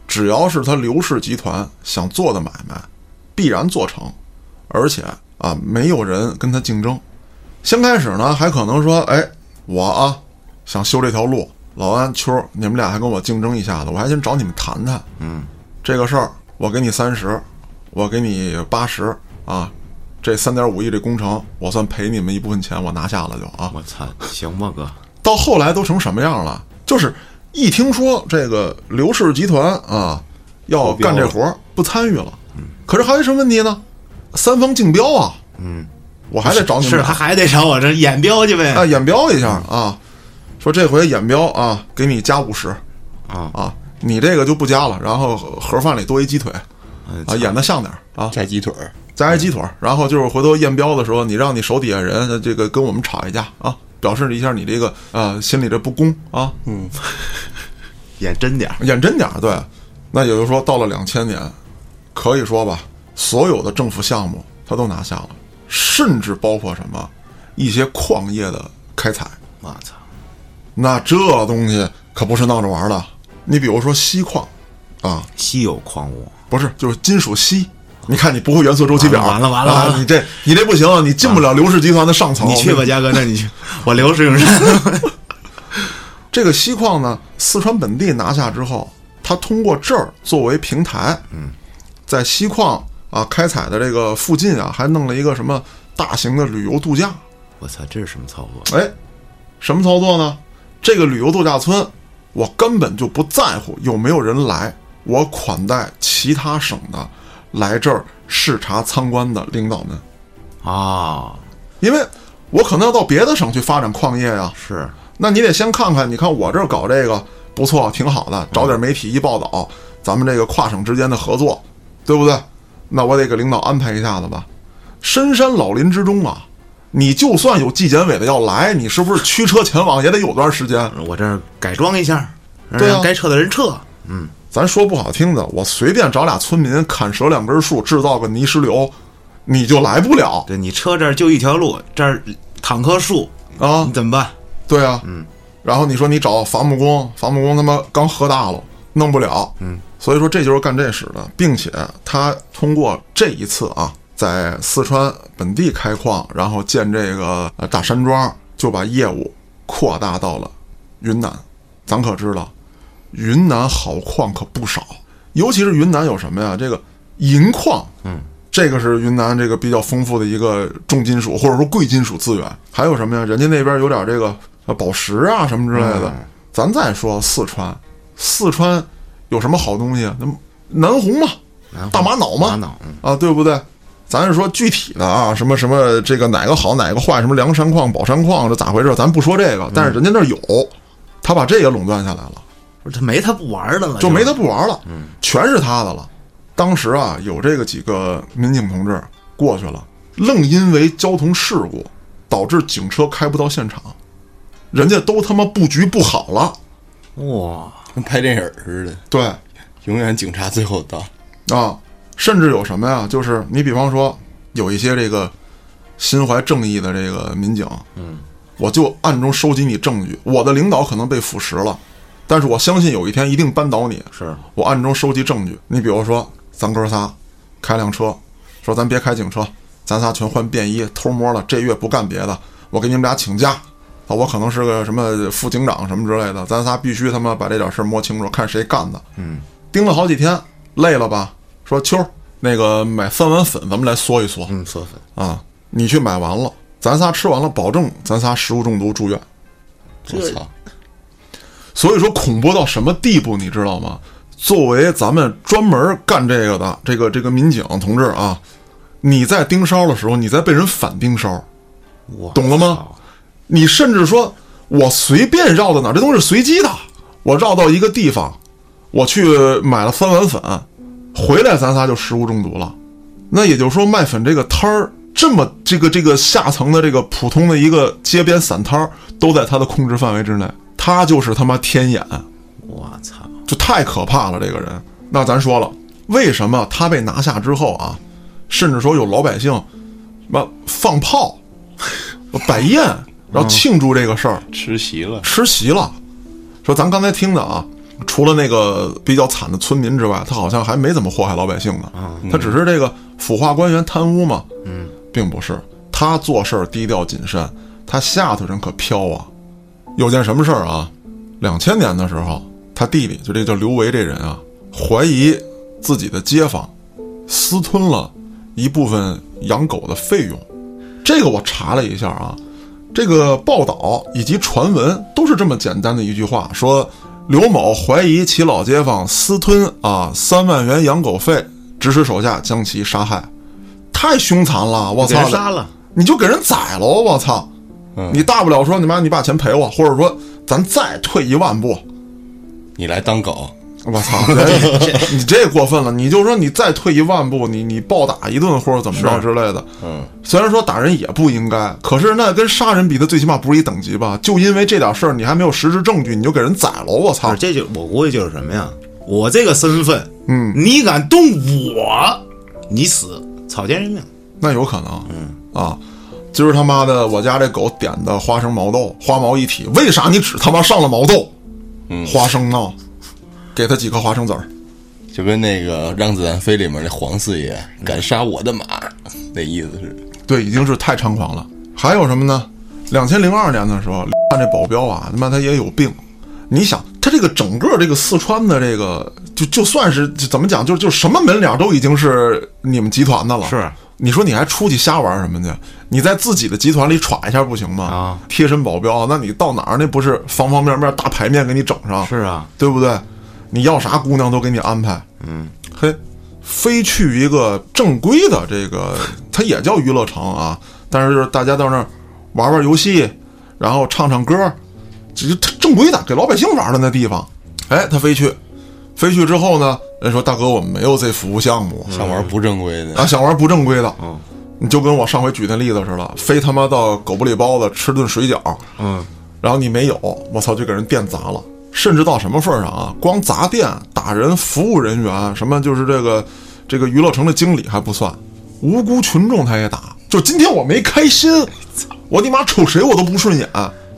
只要是他刘氏集团想做的买卖，必然做成，而且啊，没有人跟他竞争。先开始呢，还可能说，哎，我啊想修这条路，老安秋儿，你们俩还跟我竞争一下子，我还先找你们谈谈。嗯，这个事儿我给你三十，我给你八十啊，这三点五亿这工程，我算赔你们一部分钱，我拿下了就啊。
我操，行吧哥，
到后来都成什么样了？就是一听说这个刘氏集团啊要干这活儿，不参与了。可是还有什么问题呢？三方竞标啊，嗯，我还得找你们
是
俩
他还得找我这演标去
啊
呗。
<laughs>
演标一下啊，说这回演标啊，给你加五十
啊
啊，你这个就不加了，然后盒饭里多一鸡腿啊，演的像点儿啊，
哎加鸡腿儿，
加一鸡腿儿，然后就是回头验标的时候，你让你手底下人呃这个跟我们吵一架啊，表示一下你这个啊心里这不公啊，
演真点儿。
演真点儿，对。那也就是说，到了两千年，可以说吧，所有的政府项目他都拿下了，甚至包括什么一些矿业的开采。
我操，
那这东西可不是闹着玩儿的。你比如说锡矿，啊，
稀有矿物，
不是，就是金属锡。你看，你不会元素周期表，
完了完了
啊
完了啊
你这你这不行，你进不了刘氏集团的上层。
你去吧，嘉哥，那
<laughs>
你去，我留石景山。
这个锡矿呢，四川本地拿下之后，它通过这儿作为平台，嗯，在锡矿啊开采的这个附近啊，还弄了一个什么大型的旅游度假。
<laughs> 我操，这是什么操作？
哎，什么操作呢？这个旅游度假村，我根本就不在乎有没有人来，我款待其他省的来这儿视察参观的领导们，
啊，
因为我可能要到别的省去发展矿业呀、
是
那你得先看看，你看我这儿搞这个不错，挺好的，找点媒体一报道，咱们这个跨省之间的合作，对不对？那我得给领导安排一下子吧。深山老林之中啊，你就算有纪检委的要来，你是不是驱车前往也得有段时间？
我这儿改装一下，让
对啊
让该撤的人撤。
咱说不好听的，我随便找俩村民砍折两根树，制造个泥石流，你就来不了
对你车这儿就一条路，这儿躺棵树，
啊
你！怎么办？
对啊，嗯，然后你说你找伐木工，伐木工他妈刚喝大了，弄不了，嗯，所以说这就是干这事的，并且他通过这一次啊，在四川本地开矿，然后建这个呃大山庄，就把业务扩大到了云南。咱可知道，云南好矿可不少，尤其是云南有什么呀？这个银矿，嗯，这个是云南这个比较丰富的一个重金属或者说贵金属资源。还有什么呀？人家那边有点这个呃宝石啊什么之类
嗯
的。咱再说四川，四川有什么好东西啊？那南红嘛，
南红
大玛瑙
玛
嘛，
瑙嗯
啊，对不对？咱是说具体的啊，什么什么这个哪个好哪个坏，什么梁山矿、宝山矿，这咋回事？咱不说这个，但是
嗯
人家那儿有，他把这个垄断下来了。
不是他没他不玩的了，
就嗯没
他
他不玩了，全是他的了。当时啊，有这个几个民警同志过去了，愣因为交通事故导致警车开不到现场，人家都他妈布局布好了，
哇，
跟拍电影似的，
对
永远警察最后到。
啊，甚至有什么呀？就是你比方说有一些这个心怀正义的这个民警，嗯，我就暗中收集你证据，我的领导可能被腐蚀了，但是我相信有一天一定扳倒你，
是
我暗中收集证据。你比如说，咱哥仨开辆车，说咱别开警车，咱仨全换便衣，偷摸的，这月不干别的，我给你们俩请假。啊，我可能是个什么副警长什么之类的，咱仨必须他妈把这点事儿摸清楚，看谁干的。嗯，盯了好几天，累了吧？说秋儿，那个买三碗粉，咱们来嗦一嗦、
嗯，嗦粉
啊。你去买完了，咱仨吃完了，保证咱仨食物中毒住院。
我操！
所以说恐怖到什么地步，你知道吗？作为咱们专门干这个的这个这个民警同志啊，你在盯梢的时候，你在被人反盯梢，
哇，
懂了吗
操？
你甚至说我随便绕到哪儿，这东西是随机的，我绕到一个地方，我去买了三碗粉，回来咱仨就食物中毒了。那也就是说，卖粉这个摊儿这么这个这个下层的这个普通的一个街边散摊儿，都在他的控制范围之内，他就是他妈天眼。
我操，
就太可怕了。这个人，那咱说了，为什么他被拿下之后啊，甚至说有老百姓，妈放炮、 <laughs> 摆宴，然后庆祝这个事儿，
吃席了，
吃席了。说咱刚才听的啊，除了那个比较惨的村民之外，他好像还没怎么祸害老百姓呢。他只是这个腐化官员贪污嘛。嗯，并不是，他做事儿低调谨慎，他下头人可飘啊。有件什么事儿啊？两千年的时候，他弟弟就这叫刘维这人啊，怀疑自己的街坊私吞了一部分养狗的费用。这个我查了一下啊，这个报道以及传闻都是这么简单的一句话，说刘某怀疑其老街坊私吞啊三万元养狗费，指使手下将其杀害，太凶残了！我
给
操，
人杀了，
你就给人宰喽！我操，你大不了说你妈你把钱赔我，或者说咱再退一万步，
你来当狗，
我操，你这过分了！你就说你再退一万步，你你暴打一顿或者怎么着之类的。
嗯，
虽然说打人也不应该，可是那跟杀人比，他最起码不是一等级吧？就因为这点事儿，你还没有实质证据，你就给人宰了！我
不
操
是，这就我估计就是什么呀？我这个身份，嗯，你敢动我，你死，草菅人命。
那有可能。嗯啊，今儿他妈的我家这狗点的花生毛豆，花毛一体，为啥你只他妈上了毛豆？嗯，花生呢？给他几颗花生籽儿。
就跟那个《让子弹飞》里面那黄四爷敢杀我的马，那意思是
对，已经是太猖狂了。还有什么呢？两千零二年的时候，看这保镖啊，他妈他也有病。你想，他这个整个这个四川的这个，就就算是就怎么讲，就就什么门脸都已经是你们集团的了。
是，
你说你还出去瞎玩什么去？你在自己的集团里耍一下不行吗？
啊，
贴身保镖，那你到哪儿那不是方方面面大牌面给你整上？
是啊，
对不对？你要啥姑娘都给你安排。嗯，嘿，非去一个正规的这个，它也叫娱乐城啊，但是就是大家到那儿玩玩游戏，然后唱唱歌，这这正规的给老百姓玩的那地方。哎，他非去，非去之后呢，人说大哥，我们没有这服务项目，
嗯
想玩不正规的，
啊，想玩不正规的，你就跟我上回举那例子似的，非他妈到狗不理包子吃顿水饺，
嗯，
然后你没有，我操，就给人店砸了，甚至到什么份儿上啊？光砸店、打人、服务人员，什么就是这个这个娱乐城的经理还不算，无辜群众他也打。就今天我没开心，我你妈瞅谁我都不顺眼。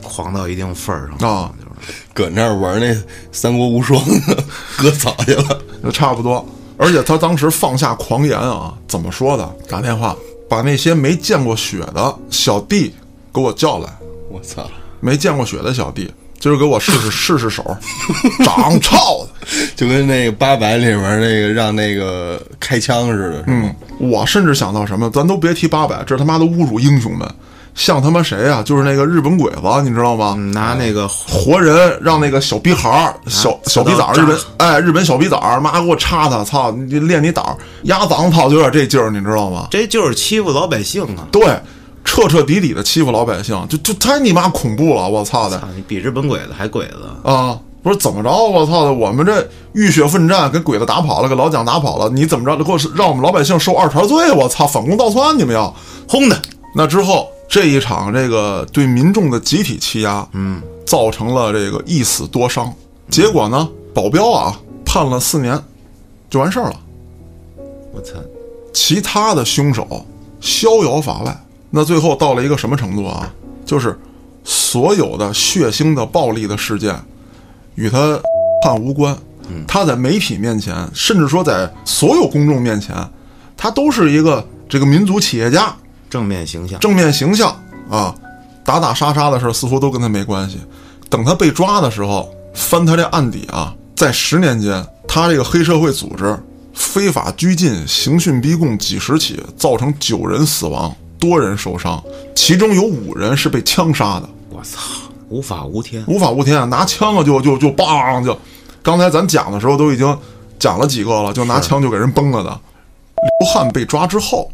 狂到一定份儿上
啊
就是
搁那儿玩那《三国无双》呢，割草去了。
就差不多。而且他当时放下狂言啊，怎么说的？打电话把那些没见过雪的小弟给我叫来，
我操！
没见过雪的小弟，今儿给我试试试试手，长操的！
就跟那个八百里面那个让那个开枪似的，嗯，
我甚至想到什么，咱都别提八百，这他妈的侮辱英雄们，像他妈谁啊？就是那个日本鬼子，你知道吗？
拿那个
活人让那个小逼孩儿、小小逼崽儿，
刺
日
刀
本
扎
哎，日本小逼崽儿，妈给我插他，操，你练你胆儿，压嗓子操，就有点这劲儿，你知道吗？
这就是欺负老百姓啊！
对，彻彻底底的欺负老百姓，就就太你妈恐怖了，我操的
啊，你比日本鬼子还鬼子，
啊！不是怎么着，我操的，我们这浴血奋战，给鬼子打跑了，给老蒋打跑了，你怎么着，给我让我们老百姓受二茬罪，我操，反攻倒窜，你们要！
轰的！
那之后这一场这个对民众的集体欺压，嗯，造成了这个一死多伤。结果呢，保镖啊判了四年，就完事儿了。
我操！
其他的凶手逍遥法外。那最后到了一个什么程度啊？就是所有的血腥的、暴力的事件与他判无关。他在媒体面前，甚至说在所有公众面前，他都是一个这个民族企业家，
正面形象，
正面形象啊，打打杀杀的事儿似乎都跟他没关系。等他被抓的时候，翻他这案底啊，在十年间，他这个黑社会组织非法拘禁、刑讯逼供几十起，造成九人死亡，多人受伤，其中有五人是被枪杀的，
我操，无法无天，
无法无天啊，拿枪啊就就就梆就，刚才咱讲的时候都已经讲了几个了，就拿枪就给人崩了的。刘汉被抓之后，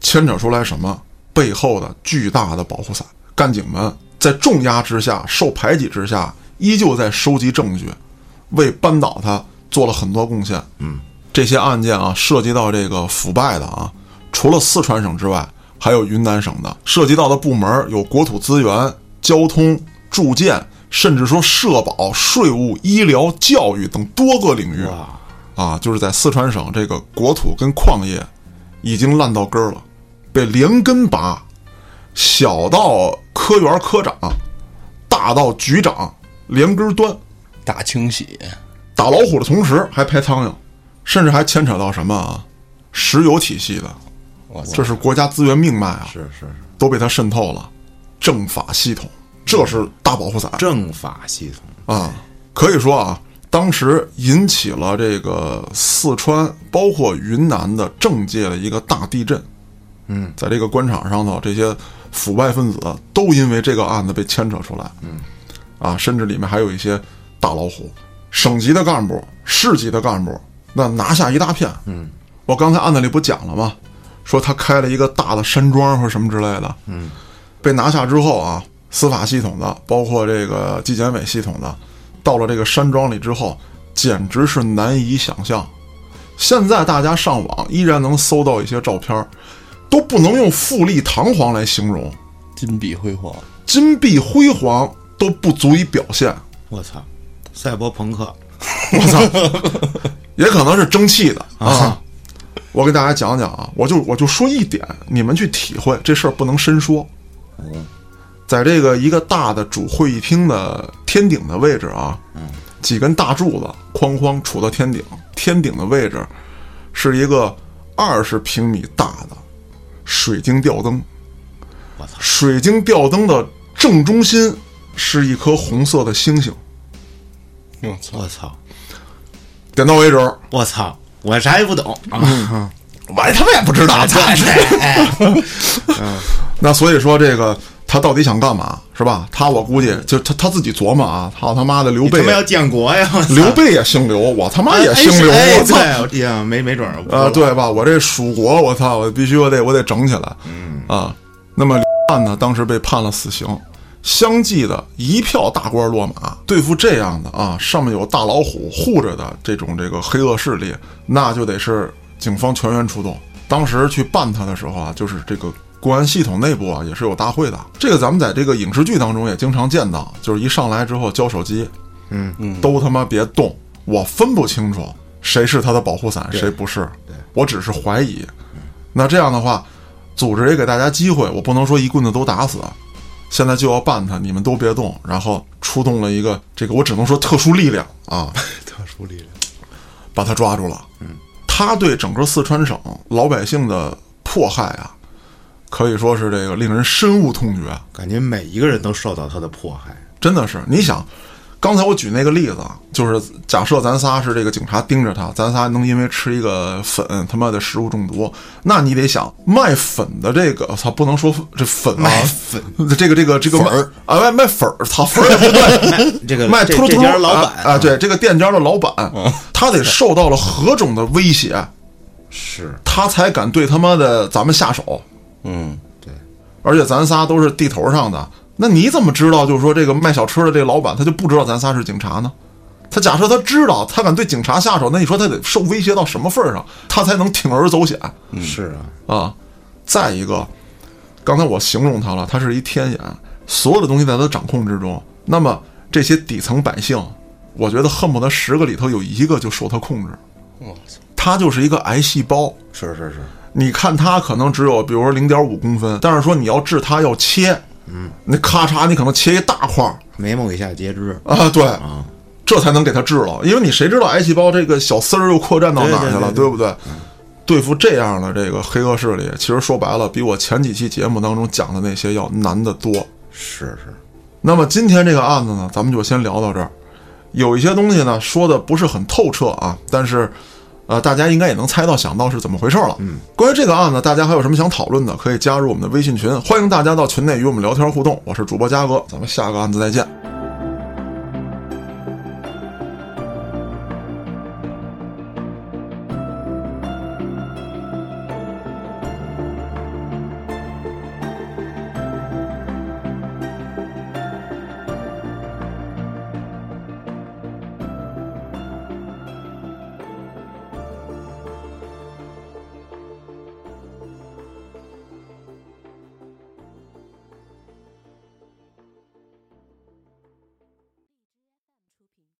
牵扯出来什么背后的巨大的保护伞，干警们在重压之下、受排挤之下，依旧在收集证据，为扳倒他做了很多贡献。嗯，这些案件啊，涉及到这个腐败的啊，除了四川省之外，还有云南省的，涉及到的部门有国土资源、交通、住建，甚至说社保、税务、医疗、教育等多个领域。
哇，
啊，就是在四川省这个国土跟矿业已经烂到根儿了，被连根拔，小到科员科长，大到局长，连根儿端。
大清洗，
打老虎的同时还拍苍蝇，甚至还牵扯到什么啊，石油体系的，
我操！
这是国家资源命脉啊，
是是是，
都被他渗透了。政法系统，这是大保护伞。
政法系统，
啊，可以说啊，当时引起了这个四川包括云南的政界的一个大地震。嗯，在这个官场上头，这些腐败分子都因为这个案子被牵扯出来。嗯，啊，甚至里面还有一些大老虎，省级的干部、市级的干部，那拿下一大片。嗯，我刚才案子里不讲了吗？说他开了一个大的山庄或者什么之类的。嗯，被拿下之后啊，司法系统的，包括这个纪检委系统的，到了这个山庄里之后，简直是难以想象。现在大家上网依然能搜到一些照片儿，都不能用富丽堂皇来形容，
金碧辉煌，
金碧辉煌都不足以表现。
我操，赛博朋克，
我操，也可能是蒸汽的啊。我给大家讲讲啊，我就我就说一点，你们去体会，这事儿不能深说。在这个一个大的主会议厅的天顶的位置啊，几根大柱子哐哐杵到天顶，天顶的位置是一个二十平米大的水晶吊灯。
我操
水晶吊灯的正中心是一颗红色的星星，
我操！
我操，
点到为止。
我操，我啥也不懂啊！
嗯
<laughs> 哎
我他妈也不知道，操！ <laughs> 那所以说这个他到底想干嘛是吧？他我估计就他他自己琢磨啊，操他妈的刘
他
备
妈，要建国呀！我操
刘备也姓刘，我他妈也姓刘，
哎
我操！
哎对呀，没没准儿
啊，，对吧？我这蜀国，我操，我必须我得我得整起来，嗯啊。那么刘汉呢，当时被判了死刑，相继的一票大官落马，对付这样的啊，上面有大老虎护着的这种这个黑恶势力，那就得是警方全员出动。当时去办他的时候啊，就是这个公安系统内部啊，也是有大会的。这个咱们在这个影视剧当中也经常见到，就是一上来之后交手机，都他妈别动！我分不清楚谁是他的保护伞，谁不是。我只是怀疑。那这样的话，组织也给大家机会，我不能说一棍子都打死，现在就要办他，你们都别动。然后出动了一个这个，我只能说特殊力量啊，
特殊力量，
把他抓住了。嗯，他对整个四川省老百姓的迫害啊，可以说是这个令人深恶痛绝。
感觉每一个人都受到他的迫
<laughs>
害。
真的是，你想，刚才我举那个例子，啊，就是假设咱仨是这个警察盯着他，咱仨能因为吃一个粉他妈的食物中毒，那你得想卖粉的这个，操，不能说这
<laughs>
粉啊，
卖粉
这个这个这个
粉儿
啊，卖卖粉儿，操粉儿也不对，
这 <laughs> 个
卖
这
秃噜
这
秃
家
噜
老板嗯
啊，啊对，这个店家的老板，他得受到了何种的威胁，
是
他才敢对他妈的咱们下手，
嗯，
对，
而且咱仨都是地头上的，那你怎么知道？就是说这个卖小吃的这个老板，他就不知道咱仨是警察呢？他假设他知道，他敢对警察下手，那你说他得受威胁到什么份儿上，啊他才能铤而走险
是啊，
啊？再一个，刚才我形容他了，他是一天眼，所有的东西在他的掌控之中。那么这些底层百姓，我觉得恨不得十个里头有一个就受他控制，
我操，
他就是一个癌细胞。
是是是，
你看它可能只有比如说零点五公分，但是说你要治它要切，嗯，那咔嚓你可能切一大块儿
眉毛以下截肢，
啊，对，这才能给它治了，因为你谁知道癌细胞这个小丝儿又扩展到哪儿去了，
对对对对嗯
不对？对付这样的这个黑恶势力，其实说白了，比我前几期节目当中讲的那些要难得多。
是是，
那么今天这个案子呢，咱们就先聊到这儿。有一些东西呢说的不是很透彻啊，但是，呃，大家应该也能猜到、想到是怎么回事了。嗯，关于这个案子，大家还有什么想讨论的，可以加入我们的微信群，欢迎大家到群内与我们聊天互动。我是主播嘉哥，咱们下个案子再见。